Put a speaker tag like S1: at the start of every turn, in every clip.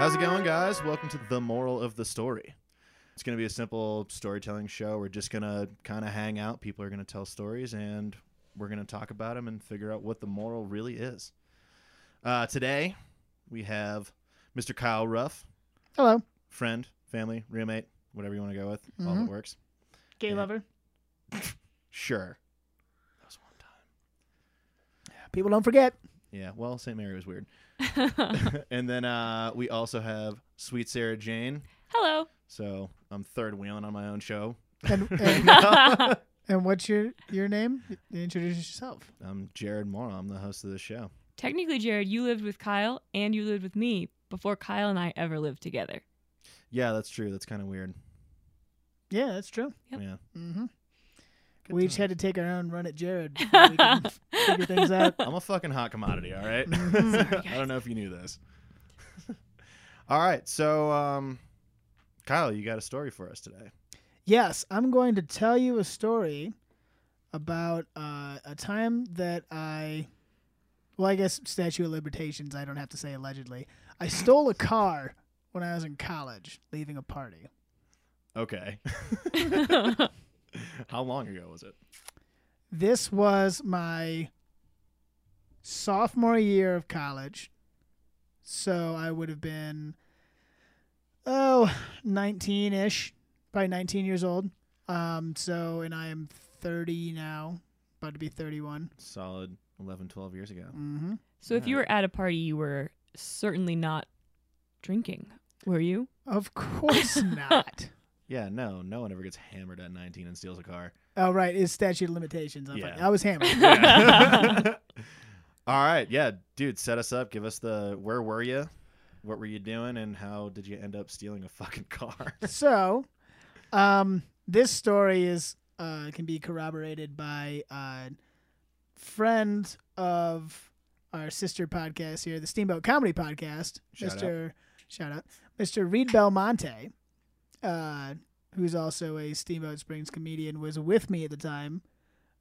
S1: How's it going, guys? Welcome to the moral of the story. It's going to be a simple storytelling show. We're just going to kind of hang out. People are going to tell stories, and we're going to talk about them and figure out what the moral really is. Uh, today, we have Mr. Kyle Ruff,
S2: Hello.
S1: friend, family, roommate, whatever you want to go with, all that works.
S2: Gay
S1: Yeah.
S2: lover.
S1: Sure. That was one time.
S2: People don't forget.
S1: Yeah, well, St. Mary was weird. and then uh, we also have Sweet Sarah Jane.
S3: Hello.
S1: So I'm third wheeling on my own show.
S2: And, and,
S1: No.
S2: and what's your your name? You introduce yourself.
S1: I'm Jared Moore. I'm the host of the show.
S3: Technically, Jared, you lived with Kyle and you lived with me before Kyle and I ever lived together.
S1: Yeah, that's true. That's kind of weird.
S2: Yeah, that's true.
S3: Yep.
S1: Yeah.
S2: hmm
S1: Good
S2: We each
S1: times.
S2: had to take our own run at Jared. before we could figure things out.
S1: I'm a fucking hot commodity, all right?
S2: Mhm.
S1: I don't know if you knew this. all right. So, um, Kyle, you got a story for us today.
S2: Yes, I'm going to tell you a story about uh, a time that I, well, I guess Statue of Limitations. I don't have to say allegedly. I stole a car when I was in college, leaving a party.
S1: Okay. How long ago was it?
S2: This was my sophomore year of college. So I would have been, oh, 19 ish, probably 19 years old. Um, so, and I am 30 now, about to be 31.
S1: Solid 11, 12 years ago.
S2: Mm-hmm.
S3: so if you were at a party, you were certainly not drinking, were you?
S2: Of course not.
S1: Yeah, no, no one ever gets hammered at 19 and steals a car.
S2: Oh, right. It's statute of limitations. I'm
S1: Yeah.
S2: fucking- I was hammered.
S1: All right, yeah, dude, set us up. Give us the where were you, what were you doing, and how did you end up stealing a fucking car?
S2: so, um, this story is uh, can be corroborated by a friend of our sister podcast here, the Steamboat Comedy Podcast,
S1: Shout out.
S2: Mr. Shout out, Mr. Reed Belmonte, uh, who's also a Steamboat Springs comedian, was with me at the time.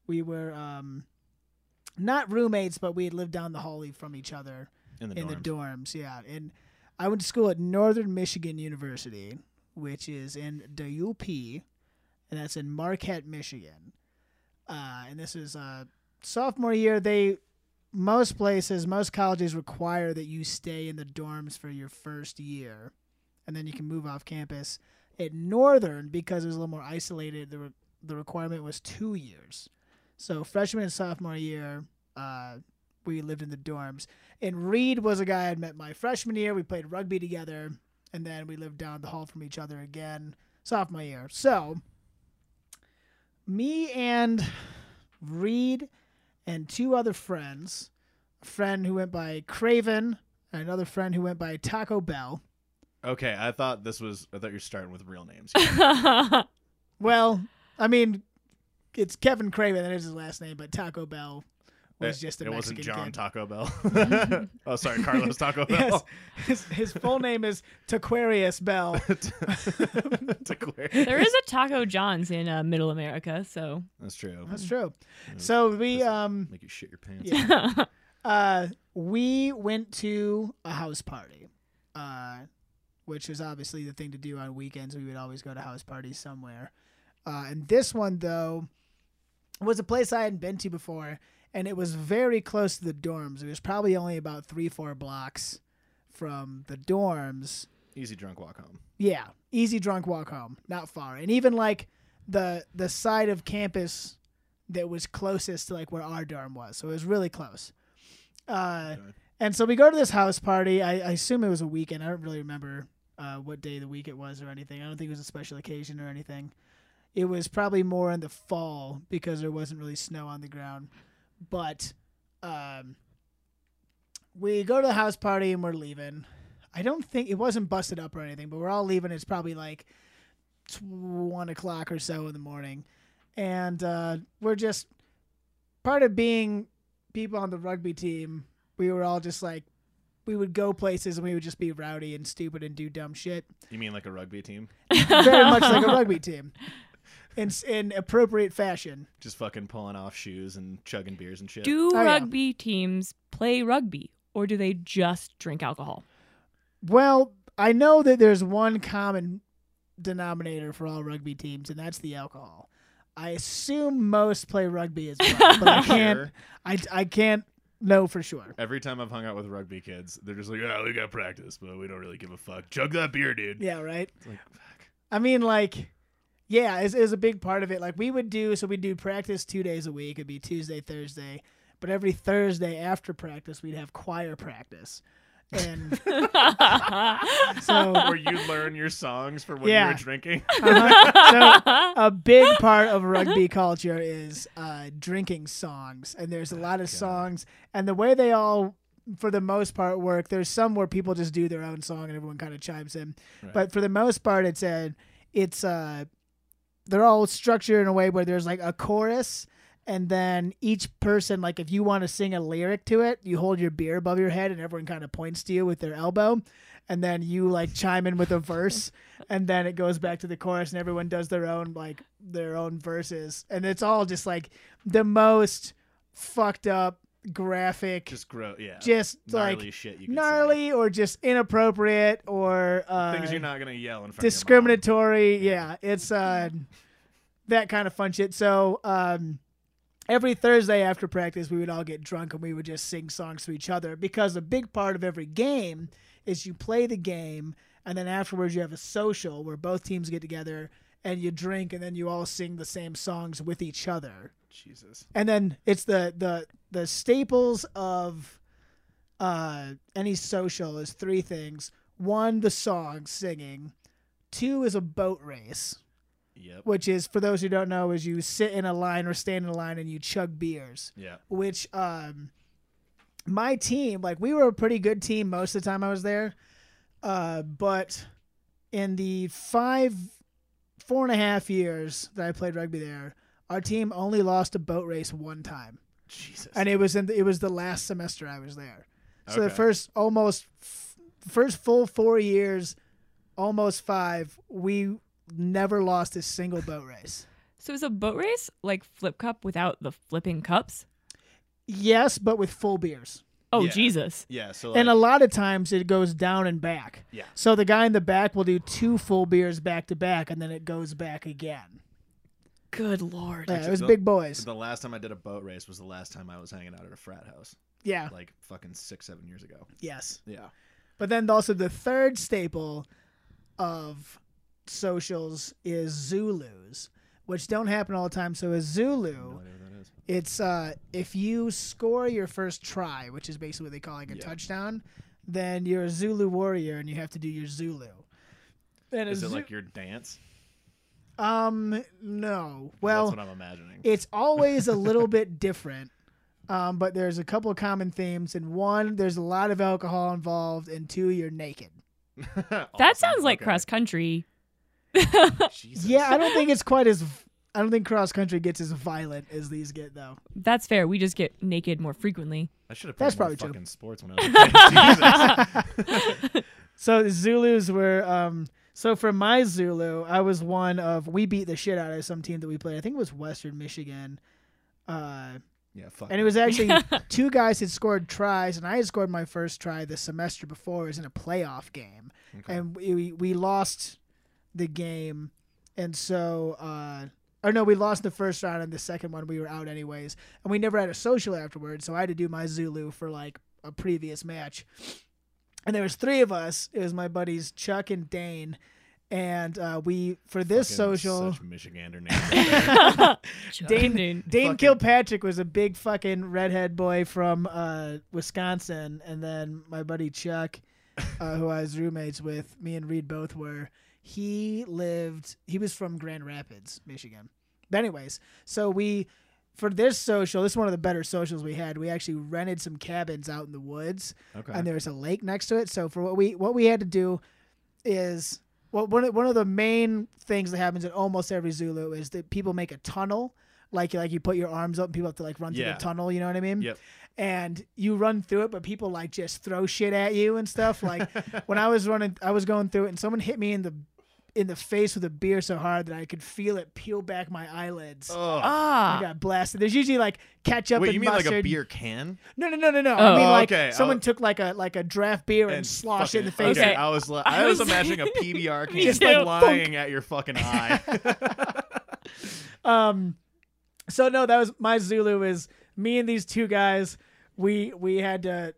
S2: We were um, not roommates, but we had lived down the hallway from each other.
S1: In the
S2: in
S1: dorms.
S2: the dorms. Yeah, and I went to school at Northern Michigan University, which is in the UP, and that's in Marquette, Michigan. Uh, and this is uh, sophomore year. They most places, most colleges require that you stay in the dorms for your first year, and then you can move off campus. At Northern, because it was a little more isolated, the re- the requirement was two years. So freshman and sophomore year, uh, we lived in the dorms. And Reed was a guy I'd met my freshman year. We played rugby together, and then we lived down the hall from each other again sophomore year. So, me and Reed and two other friends, a friend who went by Craven, and another friend who went by Taco Bell.
S1: Okay, I thought this was. I thought you're starting with real names.
S2: Well, I mean, it's Kevin Craven. That is his last name, but Taco Bell was just a
S1: it
S2: Mexican
S1: wasn't John
S2: kid.
S1: Taco Bell. oh, sorry, Carlos Taco
S2: Yes,
S1: Bell.
S2: his, his full name is Taquarius Bell.
S1: To clear.
S3: there is a Taco John's in uh, Middle America, so
S1: That's true.
S2: That's true. So we
S1: That's-
S2: um
S1: Make you shit your pants.
S2: Yeah. uh we went to a house party. Uh which was obviously the thing to do on weekends. We would always go to house parties somewhere. Uh and this one though was a place I hadn't been to before and it was very close to the dorms. It was probably only about 3-4 blocks from the dorms.
S1: Easy drunk walk home.
S2: Yeah, easy drunk walk home, not far. And even like the the side of campus that was closest to like where our dorm was, so it was really close. Uh,
S1: Okay.
S2: and so we go to this house party. I, I assume it was a weekend. I don't really remember uh, what day of the week it was or anything. I don't think it was a special occasion or anything. It was probably more in the fall because there wasn't really snow on the ground. But um, we go to the house party and we're leaving. I don't think it wasn't busted up or anything, but we're all leaving. It's probably like tw- one o'clock or so in the morning, and uh, we're just part of being people on the rugby team. We were all just like we would go places and we would just be rowdy and stupid and do dumb shit,
S1: You mean like a rugby team?
S2: very much like a rugby team, in s- in appropriate fashion.
S1: Just fucking pulling off shoes and chugging beers and shit.
S3: do
S2: Oh, yeah.
S3: rugby teams play rugby or do they just drink alcohol?
S2: Well, I know that there's one common denominator for all rugby teams, and that's the alcohol. I assume most play rugby as well, but I can't.
S1: Sure.
S2: I, I can't know for sure.
S1: Every time I've hung out with rugby kids, they're just like, "Oh, we got practice, but we don't really give a fuck. Chug that beer, dude."
S2: Yeah, right.
S1: It's like, fuck.
S2: I mean, like, yeah, is is a big part of it. Like we would do, so we'd do practice two days a week. It'd be Tuesday, Thursday, but every Thursday after practice, we'd have choir practice, and so
S1: Where you learn your songs for when you
S2: Yeah.
S1: were drinking.
S2: uh-huh. so a big part of rugby culture is uh, drinking songs, and there's a lot of songs, and the way they all, for the most part, work. There's some where people just do their own song and everyone kind of chimes in,
S1: Right.
S2: but for the most part, it's a, it's uh they're all structured in a way where there's like a chorus. And then each person, like if you want to sing a lyric to it, you hold your beer above your head and everyone kind of points to you with their elbow. And then you like chime in with a verse and then it goes back to the chorus and everyone does their own like their own verses and it's all just like the most fucked up graphic just,
S1: just grow, yeah. gnarly
S2: like
S1: shit. You could say.
S2: gnarly or just inappropriate or uh,
S1: things you're not gonna yell in front. Of
S2: discriminatory yeah it's uh that kind of fun shit so um every thursday after practice we would all get drunk and we would just sing songs to each other because a big part of every game is you play the game and then afterwards you have a social where both teams get together and you drink and then you all sing the same songs with each other
S1: your mom. Jesus.
S2: and then it's the the the staples of uh any social is three things one the song singing two is a boat race
S1: Yep.
S2: which is for those who don't know is you sit in a line or stand in a line and you chug beers
S1: Yeah.
S2: which um my team like we were a pretty good team most of the time I was there uh but in the five four and a half years that I played rugby there our team only lost a boat race one time
S1: Jesus.
S2: and it was in the, it was the last semester I was there so the
S1: Okay.
S2: first almost f- first full 4 years almost 5 we never lost a single boat race
S3: so is a boat race like flip cup without the flipping cups?
S2: yes but with full beers
S3: Oh
S1: Yeah.
S3: Jesus!
S1: yeah. So
S2: and a
S1: like-
S2: lot of times it goes down and back.
S1: Yeah.
S2: So the guy in the back will do two full beers back to back, and then it goes back again.
S3: Good lord!
S2: Yeah, it was
S1: the-
S2: big boys.
S1: the last time I did a boat race was the last time I was hanging out at a frat house,
S2: Yeah.
S1: like fucking six, seven years ago.
S2: Yes.
S1: Yeah.
S2: But then also the third staple of socials is Zulus, which don't happen all the time. So a
S1: No
S2: Zulu,
S1: idea what that is.
S2: it's uh, if you score your first try, which is basically what they call like a
S1: Yeah.
S2: touchdown, then you're a Zulu warrior and you have to do your Zulu. And a
S1: Is it
S2: Zu-
S1: like your dance? 'Cause
S2: um no well
S1: that's what I'm imagining.
S2: it's always a little bit different um, but there's a couple of common themes and one there's a lot of alcohol involved and two you're naked
S3: That
S1: Awesome.
S3: sounds like
S1: Okay.
S3: cross country.
S1: Jesus.
S2: yeah i don't think it's quite as i don't think cross country gets as violent as these get though
S3: That's fair. We just get naked more frequently.
S1: I should have played
S2: That's
S1: more
S2: probably true.
S1: fucking sports when I was a kid. Jesus.
S2: so zulus were um, so for my zulu i was one of we beat the shit out of some team that we played i think it was western michigan uh,
S1: Yeah, fuck.
S2: and it was actually two guys had scored tries and i had scored my first try the semester before it was in a playoff game
S1: Okay.
S2: and we- we we lost the game, and so uh, or no, we lost the first round, and the second one we were out anyways, and we never had a social afterwards. So I had to do my Zulu for like a previous match, and there was three of us. It was my buddies Chuck and Dane, and uh, we for this
S1: Fucking
S2: social.
S1: Such Michigander names.
S2: Dane-
S3: Dane.
S2: Dane
S1: fucking-
S2: Kilpatrick was a big fucking redhead boy from uh, Wisconsin, and then my buddy Chuck, uh, who I was roommates with, me and Reed both were. He lived. He was from Grand Rapids, Michigan. But anyways, so we for this social, this is one of the better socials we had. We actually rented some cabins out in the woods,
S1: Okay.
S2: and there's a lake next to it. So for what we what we had to do is well, one of, one of the main things that happens at almost every Zulu is that people make a tunnel. Like like you put your arms up and people have to like run through
S1: Yeah.
S2: the tunnel, you know what I mean?
S1: Yep.
S2: And you run through it, but people like just throw shit at you and stuff. Like when I was running I was going through it and someone hit me in the in the face with a beer so hard that I could feel it peel back my eyelids.
S1: Oh,
S2: I
S3: Ah,
S2: got blasted. There's usually like ketchup
S1: wait,
S2: and
S1: you mean
S2: mustard.
S1: like a beer can?
S2: No, no, no, no, no.
S3: Oh.
S2: I mean
S1: Oh,
S2: like
S1: okay.
S2: someone
S1: I'll-
S2: took like a like a draft beer and, sloshed it in the
S1: fucking-
S2: face.
S1: Okay,
S3: Okay.
S1: I was, li-
S3: I
S1: I was
S3: was-
S1: imagining a PBR can
S3: Me
S1: just
S3: too.
S1: like lying at your fucking eye.
S2: Um, so no, that was my Zulu is me and these two guys. We we had to,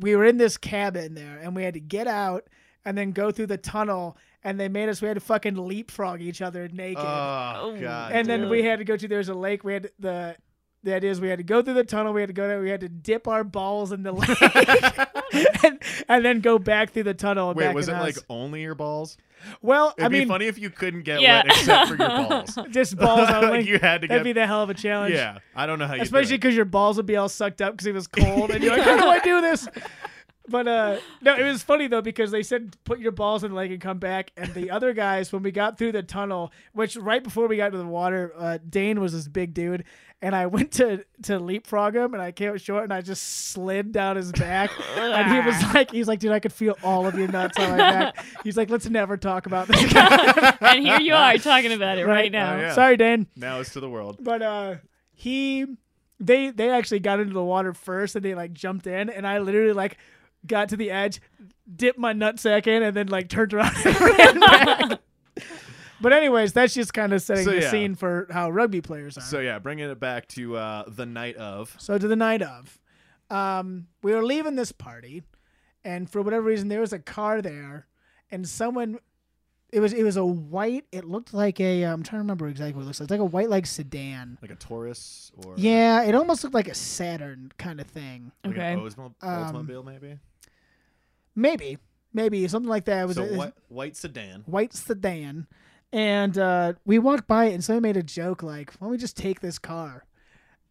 S2: we were in this cabin there, and we had to get out and then go through the tunnel. And they made us. We had to fucking leapfrog each other naked.
S1: oh
S3: Oh,
S1: god.
S2: and then
S1: dude.
S2: we had to go to there's a lake. We had to- the that is we had to go through the tunnel. We had to go down. We had to dip our balls in the lake, and, and then go back through the tunnel. And
S1: Wait,
S2: back
S1: was
S2: in
S1: it
S2: the
S1: like
S2: house.
S1: only your balls?
S2: Well,
S1: It'd
S2: I
S1: be
S2: mean,
S1: funny if you couldn't get
S3: Yeah.
S1: wet except for your balls.
S2: just balls only.
S1: like you had to
S2: That'd
S1: get.
S2: be the hell of a challenge.
S1: yeah, I don't know how you. do
S2: especially because your balls would be all sucked up because it was cold, and you're like, how do I do this? But uh, no, it was funny though because they said put your balls in the lake and come back. And the other guys, when we got through the tunnel, which right before we got to the water, uh, Dane was this big dude, and I went to to leapfrog him, and I came up short, and I just slid down his back, and he was like, he's like, dude, I could feel all of your nuts on my back. He's like, let's never talk about this again."
S3: and here you are talking about it right, now.
S1: Oh, yeah.
S2: Sorry, Dane.
S1: it. Now it's to the world.
S2: But uh he they they actually got into the water first and they like jumped in and I literally like got to the edge, dipped my nutsack in and then like turned around and ran back. But anyways, that's just kind of setting
S1: So,
S2: the
S1: yeah.
S2: scene for how rugby players are.
S1: So
S2: So,
S1: yeah, bringing it back to uh, the night of.
S2: to the night of. Um we were leaving this party and for whatever reason there was a car there and someone it was it was a white it looked like a I'm trying to remember exactly what it looks like. It's like a white like sedan.
S1: Like a Taurus or
S2: Yeah, it almost looked like a Saturn kind of thing.
S1: like
S3: Okay.
S1: an Oldsmo-
S2: Um,
S1: Oldsmobile maybe.
S2: Maybe, maybe something like that. It was
S1: So
S2: a,
S1: what? White sedan.
S2: white sedan, and uh, we walked by it, and somebody made a joke like, "Why don't we just take this car?"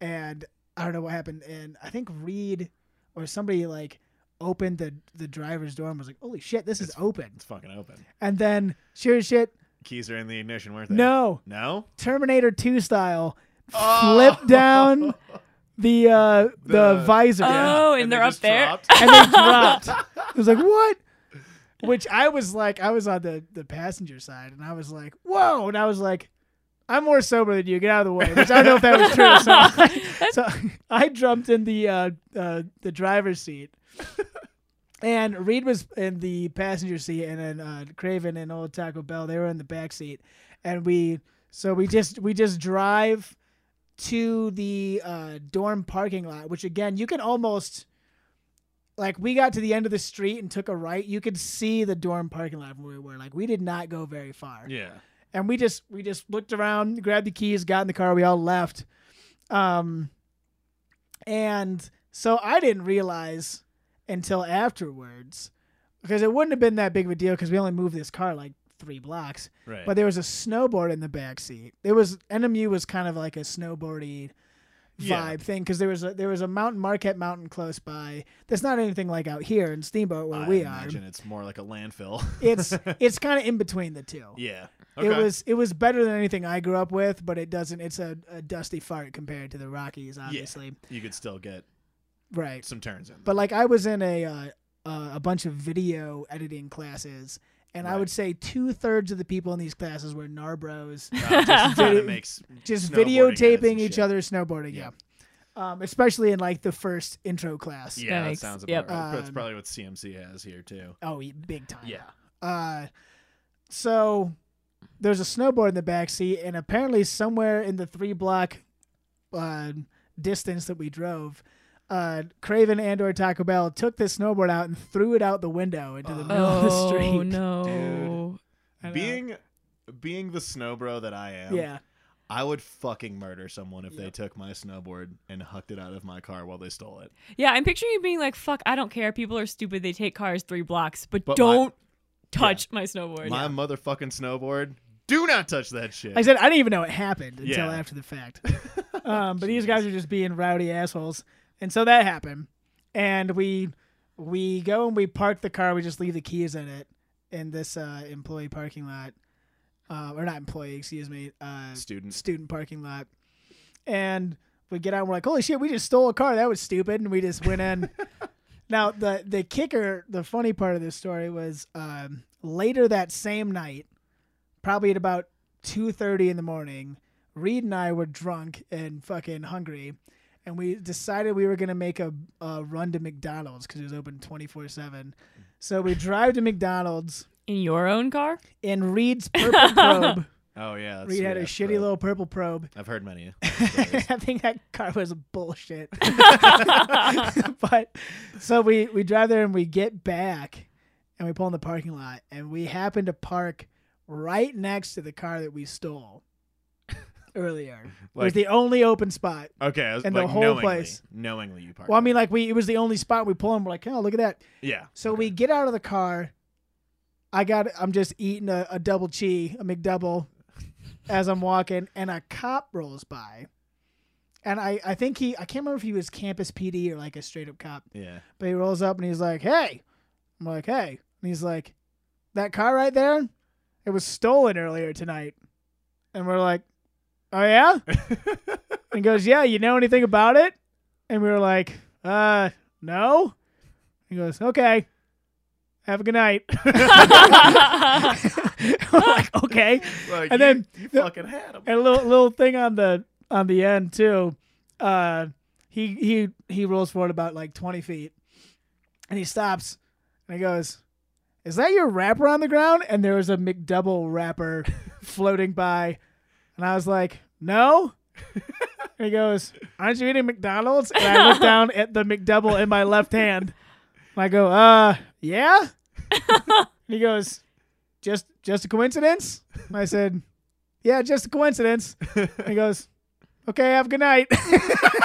S2: And I don't know what happened, and I think Reed or somebody like opened the the driver's door and was like, "Holy shit, this is open!"
S1: It's fucking open.
S2: And then, sure as shit,
S1: Keys are in the ignition, weren't they?
S2: no
S1: No.
S2: Terminator Two style, flip down the uh, the,
S1: Oh. The-
S2: visor.
S3: Oh, and,
S1: they
S3: they're up
S1: just
S3: there.
S1: dropped?
S2: and they dropped. I was like, what? Which I was like, I was on the, the passenger side, and I was like, whoa, and I was like, I'm more sober than you. Get out of the way. Which I don't know if that was true. Or something. so I jumped in the uh, uh, the driver's seat, and Reed was in the passenger seat, and then uh, Craven and old Taco Bell they were in the back seat, and we so we just we just drive to the uh, dorm parking lot, which again you can almost like we got to the end of the street and took a right. You could see the dorm parking lot from where we were. Like we did not go very far
S1: Yeah.
S2: and we just we just looked around, grabbed the keys, got in the car, we all left. Um, and so I didn't realize until afterwards because it wouldn't have been that big of a deal because we only moved this car like three blocks.
S1: Right.
S2: But there was a snowboard in the back seat. There was NMU was kind of like a snowboardy vibe
S1: Yeah.
S2: thing because there was a, there was a mountain Marquette Mountain close by. That's not anything like out here in Steamboat where
S1: I
S2: we are.
S1: imagine it's more like a landfill.
S2: It's it's kind of in between the two.
S1: yeah.
S2: It was it was better than anything I grew up with, but it doesn't. It's a, a dusty fart compared to the Rockies, obviously.
S1: You could still get
S2: Right.
S1: some turns in.
S2: But like I was in a uh, uh, a bunch of video editing classes, and I
S1: Right.
S2: would say two thirds of the people in these classes were narbros,
S1: Uh, just trying to make s-
S2: just
S1: snowboarding edits and
S2: videotaping each
S1: shit.
S2: other snowboarding. Yeah.
S1: Yeah.
S2: Um, especially in like the first intro class.
S1: Yeah, that
S3: makes-
S1: sounds about
S3: yep.
S1: right. That's
S2: Um,
S1: probably what CMC has here too.
S2: Oh, yeah, big time. Uh, so there's a snowboard in the back seat, and apparently somewhere in the three block uh, distance that we drove, uh, Craven and or Taco Bell took this snowboard out and threw it out the window into the middle of the
S3: Oh
S2: street.
S3: no!
S2: I know.
S1: Being being the snow bro that I am,
S2: yeah,
S1: I would fucking murder someone if they took my snowboard and hucked it out of my car while they stole it.
S3: Yeah, I'm picturing you being like, "Fuck, I don't care. People are stupid. They take cars three blocks, but,
S1: But my-
S3: don't touch my snowboard."
S1: My motherfucking snowboard. Do not touch that shit.
S2: Like I said I didn't even know it happened until
S1: Yeah.
S2: after the fact. um, but these guys are just being rowdy assholes, and so that happened. And we we go and we park the car. We just leave the keys in it in this uh, employee parking lot, uh, or not employee, excuse me, uh,
S1: Student.
S2: student parking lot. And we get out. And we're like, holy shit, we just stole a car. That was stupid. And we just went in. now the the kicker, the funny part of this story was um, later that same night. probably at about two thirty in the morning. Reed and I were drunk and fucking hungry, and we decided we were gonna make a, a run to McDonald's because it was open twenty four seven. So we drive to McDonald's
S3: In your own car?
S2: in Reed's purple probe.
S1: Oh yeah, that's
S2: Reed had a
S1: sweet-ass
S2: shitty
S1: probe.
S2: little purple probe.
S1: I've heard many.
S2: I think that car was bullshit. but so we we drive there and we get back and we pull in the parking lot and we happen to park right next to the car that we stole earlier. it was
S1: Like-
S2: the only open spot.
S1: Okay, I was-
S2: And the
S1: like
S2: whole
S1: knowingly,
S2: place.
S1: knowingly you parked.
S2: Well, I mean, like we it was the only spot we pull in. We're like, oh, look at that.
S1: yeah.
S2: So we get out of the car. I got I'm just eating a, a double cheese, a McDouble, as I'm walking, and a cop rolls by. And I, I think he I can't remember if he was campus PD or like a straight up cop,
S1: yeah.
S2: but he rolls up and he's like, Hey I'm like, Hey and he's like, That car right there, it was stolen earlier tonight. And we're like, Oh yeah? And he goes, Yeah, you know anything about it? And we were like, Uh, no. He goes, Okay. Have a good night. We're like, okay.
S1: Like,
S2: And then
S1: you
S2: the-
S1: fucking had him.
S2: And a little little thing on the on the end too. Uh he he he rolls forward about like twenty feet and he stops and he goes, Is that your wrapper on the ground? And there was a McDouble wrapper floating by and I was like, No And he goes, Aren't you eating McDonald's? And I look down at the McDouble in my left hand. And I go, uh, yeah? and he goes, just just a coincidence? And I said, Yeah, just a coincidence. And he goes, Okay, have a good night.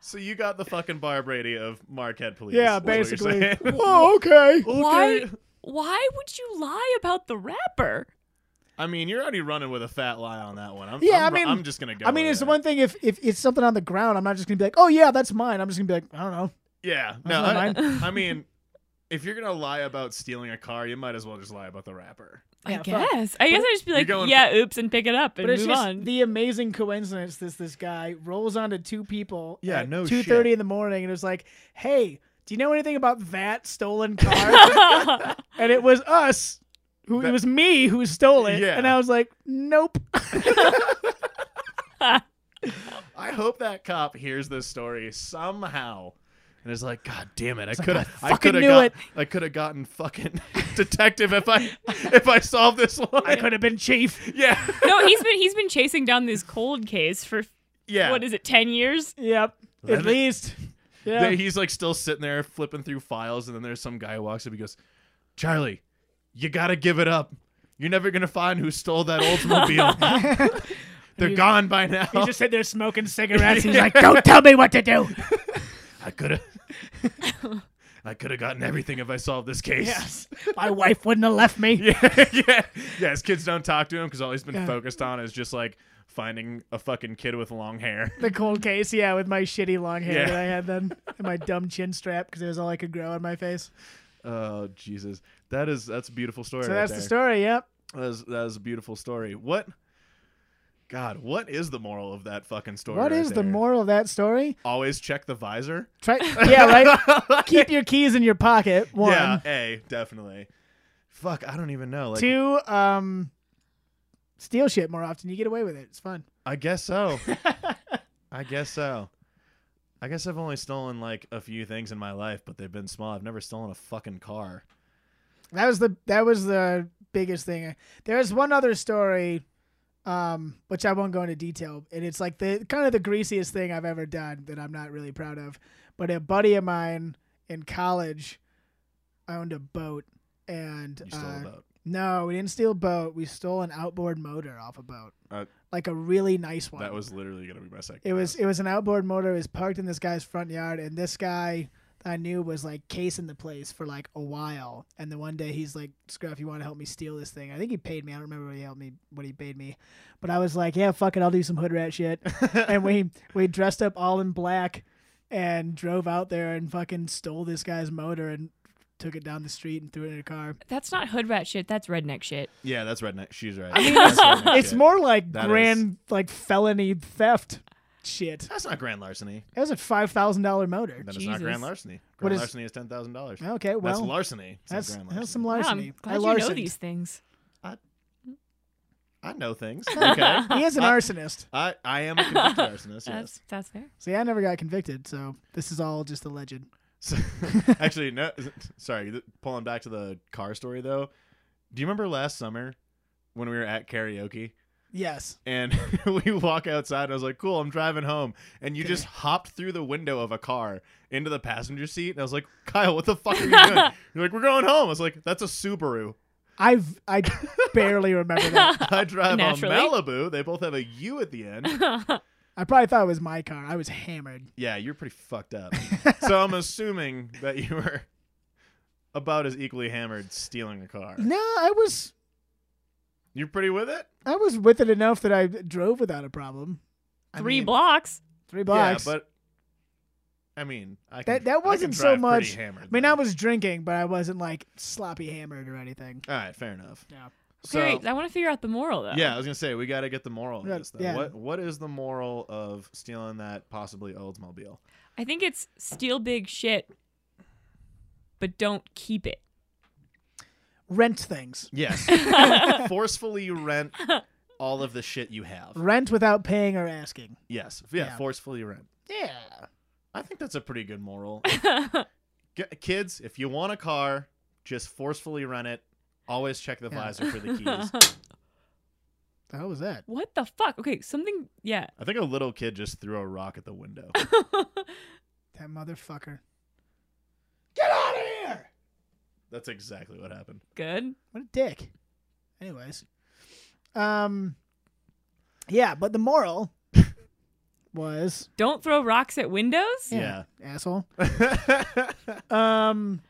S1: so you got the fucking Bar Brady of Marquette Police.
S2: yeah,
S1: is what you're
S2: basically.
S1: saying.
S2: oh, okay.
S3: Why?
S1: Okay.
S3: Why would you lie about the rapper?
S1: I mean, you're already running with a fat lie on that one. I'm,
S2: Yeah,
S1: I'm,
S2: I mean-
S1: I'm just gonna go.
S2: I mean,
S1: with
S2: it's the
S1: that.
S2: one thing if, if it's something on the ground, I'm not just gonna be like, Oh yeah, that's mine. I'm just gonna be like, I don't know.
S1: Yeah, no,
S2: not
S1: I,
S3: mine.
S1: I mean, if you're gonna lie about stealing a car, you might as well just lie about the rapper.
S3: I
S2: Yeah, fuck.
S3: guess. I guess I just be like,
S1: going
S3: yeah, oops, and pick it up and
S2: But it's
S3: move
S2: just
S3: on.
S2: the amazing coincidence that this guy rolls onto two people.
S1: Yeah,
S2: at
S1: no
S2: Two
S1: shit.
S2: thirty in the morning, and it's like, "Hey, do you know anything about that stolen car?" and it was us. Who it
S1: That-
S2: was me who stole it,
S1: Yeah.
S2: and I was like, "Nope."
S1: I hope that cop hears this story somehow. And is like, God damn it! I could have, I could have
S2: knew
S1: got,
S2: it."
S1: I could have gotten fucking detective if I, if I solved this one.
S2: I could have been chief.
S1: yeah,
S3: no, he's been he's been chasing down this cold case for
S1: yeah.
S3: what is it, ten years?
S2: Yep.
S1: Let
S2: At
S1: me-
S2: least. Yeah.
S1: They- He's like still sitting there flipping through files, and then there's some guy who walks up. He goes, "Charlie, you gotta give it up. You're never gonna find who stole that Oldsmobile. They're
S2: He's-
S1: gone by now.
S2: He's just sitting there smoking cigarettes. He's like, "Don't tell me what to do."
S1: I could have, I could have gotten everything if I solved this case.
S2: Yes, my wife wouldn't have left me.
S1: yeah, yeah, yeah. His kids don't talk to him because all he's been
S2: Yeah.
S1: focused on is just like finding a fucking kid with long hair.
S2: The cold case, yeah, with my shitty long hair
S1: Yeah.
S2: that I had then, and my dumb chin strap because it was all I could grow on my face.
S1: Oh Jesus, that is that's a beautiful story.
S2: So
S1: right
S2: that's
S1: there.
S2: the story. Yep.
S1: That is that is a beautiful story. What? God, what is the moral of that fucking story?
S2: What
S1: right
S2: is the
S1: there?
S2: moral of that story?
S1: Always check the visor.
S2: Try, yeah, right. Keep your keys in your pocket. One,
S1: Yeah, a definitely. Fuck, I don't even know. Like,
S2: two. Um, steal shit more often. You get away with it. It's fun.
S1: I guess so. I guess so. I guess I've only stolen like a few things in my life, but they've been small. I've never stolen a fucking car.
S2: That was the that was the biggest thing. There is one other story, um, which I won't go into detail, and it's like the kind of the greasiest thing I've ever done that I'm not really proud of. But a buddy of mine in college owned a boat, and
S1: You stole
S2: uh,
S1: a boat.
S2: no, we didn't steal a boat. We stole an outboard motor off a boat,
S1: Uh,
S2: like a really nice one.
S1: That was literally gonna be my second.
S2: It was it was an outboard motor. It was parked in this guy's front yard, and this guy I knew was like casing the place for like a while. And then one day he's like, "Scruff, you want to help me steal this thing?" I think he paid me. I don't remember what he helped me, what he paid me, but I was like, "Yeah, fuck it, I'll do some hood rat shit." and we we dressed up all in black and drove out there and fucking stole this guy's motor and took it down the street and threw it in a car.
S3: That's not hood rat shit. That's redneck shit.
S1: Yeah, that's redneck. She's right.
S2: mean,
S1: That's redneck
S2: It's
S1: shit.
S2: more like
S1: That
S2: grand like felony theft shit.
S1: That's not grand larceny.
S2: That was a five thousand dollar motor.
S1: That is not grand
S3: Jesus.
S1: larceny.
S2: What
S1: Grand
S2: is-
S1: larceny is ten thousand dollars.
S2: Okay, well
S1: that's larceny. It's not
S2: That's,
S1: grand
S2: that's
S1: larceny.
S2: some
S3: Wow,
S2: larceny.
S3: I'm glad
S2: I
S3: you know
S2: larcened.
S3: these things.
S1: I know things. Okay.
S2: He is an
S1: I-
S2: arsonist.
S1: I, I am a convicted arsonist, yes.
S3: That's that's fair.
S2: See, I never got convicted, so this is all just a legend.
S1: So, actually, no. Sorry, th- pulling back to the car story though. Do you remember last summer when we were at karaoke
S2: Yes.
S1: and we walk outside? And I was like, "Cool, I'm driving home," and you just hopped through the window of a car into the passenger seat, and I was like, "Kyle, what the fuck are you doing?" You're like, "We're going home." I was like, "That's a Subaru."
S2: I've I barely remember that.
S1: I drive a
S3: Naturally.
S1: Malibu. They both have a U at the end.
S2: I probably thought it was my car. I was hammered.
S1: Yeah, you're pretty fucked up. so I'm assuming that you were about as equally hammered stealing a car.
S2: No, I was
S1: You're pretty with it?
S2: I was with it enough that I drove without a problem. I
S3: Three
S2: mean,
S3: blocks.
S2: Three blocks.
S1: Yeah, but I mean, I can,
S2: That- that
S1: I can
S2: wasn't so
S1: drive pretty
S2: much-
S1: Hammered,
S2: I mean,
S1: though.
S2: I was drinking, but I wasn't like sloppy hammered or anything.
S1: all right. Fair enough.
S2: Yeah.
S1: So
S3: Wait, I want to figure out the moral though.
S1: yeah, I was gonna say we got to get the moral.
S2: Yeah,
S1: Of this, though.
S2: yeah.
S1: What what is the moral of stealing that possibly Oldsmobile?
S3: I think it's steal big shit, but don't keep it.
S2: Rent things.
S1: Yes, forcefully rent all of the shit you have.
S2: Rent without paying or asking.
S1: Yes, yeah,
S2: Yeah.
S1: forcefully rent.
S2: Yeah.
S1: I think that's a pretty good moral. G- kids, if you want a car, just forcefully rent it. Always check the
S2: Yeah.
S1: visor for the keys.
S2: The hell was that?
S3: what the fuck? Okay, something. Yeah.
S1: I think a little kid just threw a rock at the window.
S2: That motherfucker. Get out of here!
S1: That's exactly what happened.
S3: Good.
S2: What a dick. Anyways. Um Yeah, but the moral was
S3: Don't throw rocks at windows.
S1: Yeah.
S2: asshole.
S1: yeah.
S2: Um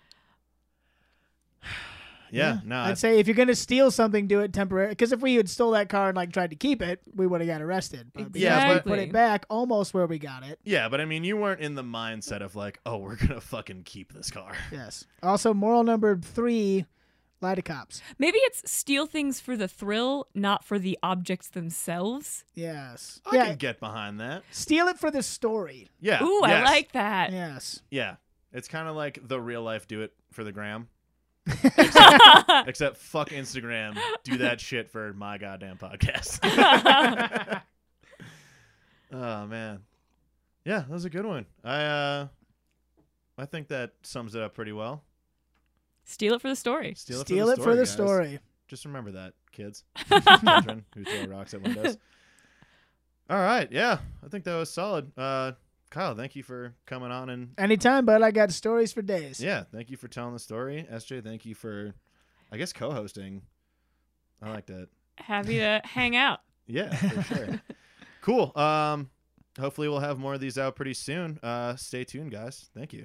S1: No. I-
S2: I'd say if you're gonna steal something, do it temporary. Because if we had stole that car and like tried to keep it, we would have got arrested. But because
S1: Yeah,
S2: we put
S3: Exactly.
S2: it back almost where we got it.
S1: yeah, but I mean, you weren't in the mindset of like, oh, we're gonna fucking keep this car.
S2: Yes. Also, moral number three: lie to cops.
S3: Maybe it's steal things for the thrill, not for the objects themselves.
S2: Yes.
S1: I
S2: yeah.
S1: can get behind that.
S2: Steal it for the story.
S1: Yeah.
S3: Ooh, I
S1: yes.
S3: like that.
S2: Yes.
S1: Yeah, it's kind of like the real life. Do it for the gram.
S3: Yeah.
S1: Except fuck Instagram. Do that shit for my goddamn podcast. oh man. Yeah, that was a good one. I uh I think that sums it up pretty well.
S3: steal it for the story.
S1: Steal it,
S2: Steal
S1: for, the story, guys.
S2: story.
S1: Just remember that, kids. Children who throw rocks at windows. All right, yeah. I think that was solid. Uh Kyle, thank you for coming on and
S2: Anytime, but I got stories for days.
S1: yeah, thank you for telling the story. SJ, thank you for I guess co-hosting. I like that.
S3: Happy to uh, hang out.
S1: Yeah, for sure. cool. Um, hopefully we'll have more of these out pretty soon. Uh, stay tuned, guys. Thank you.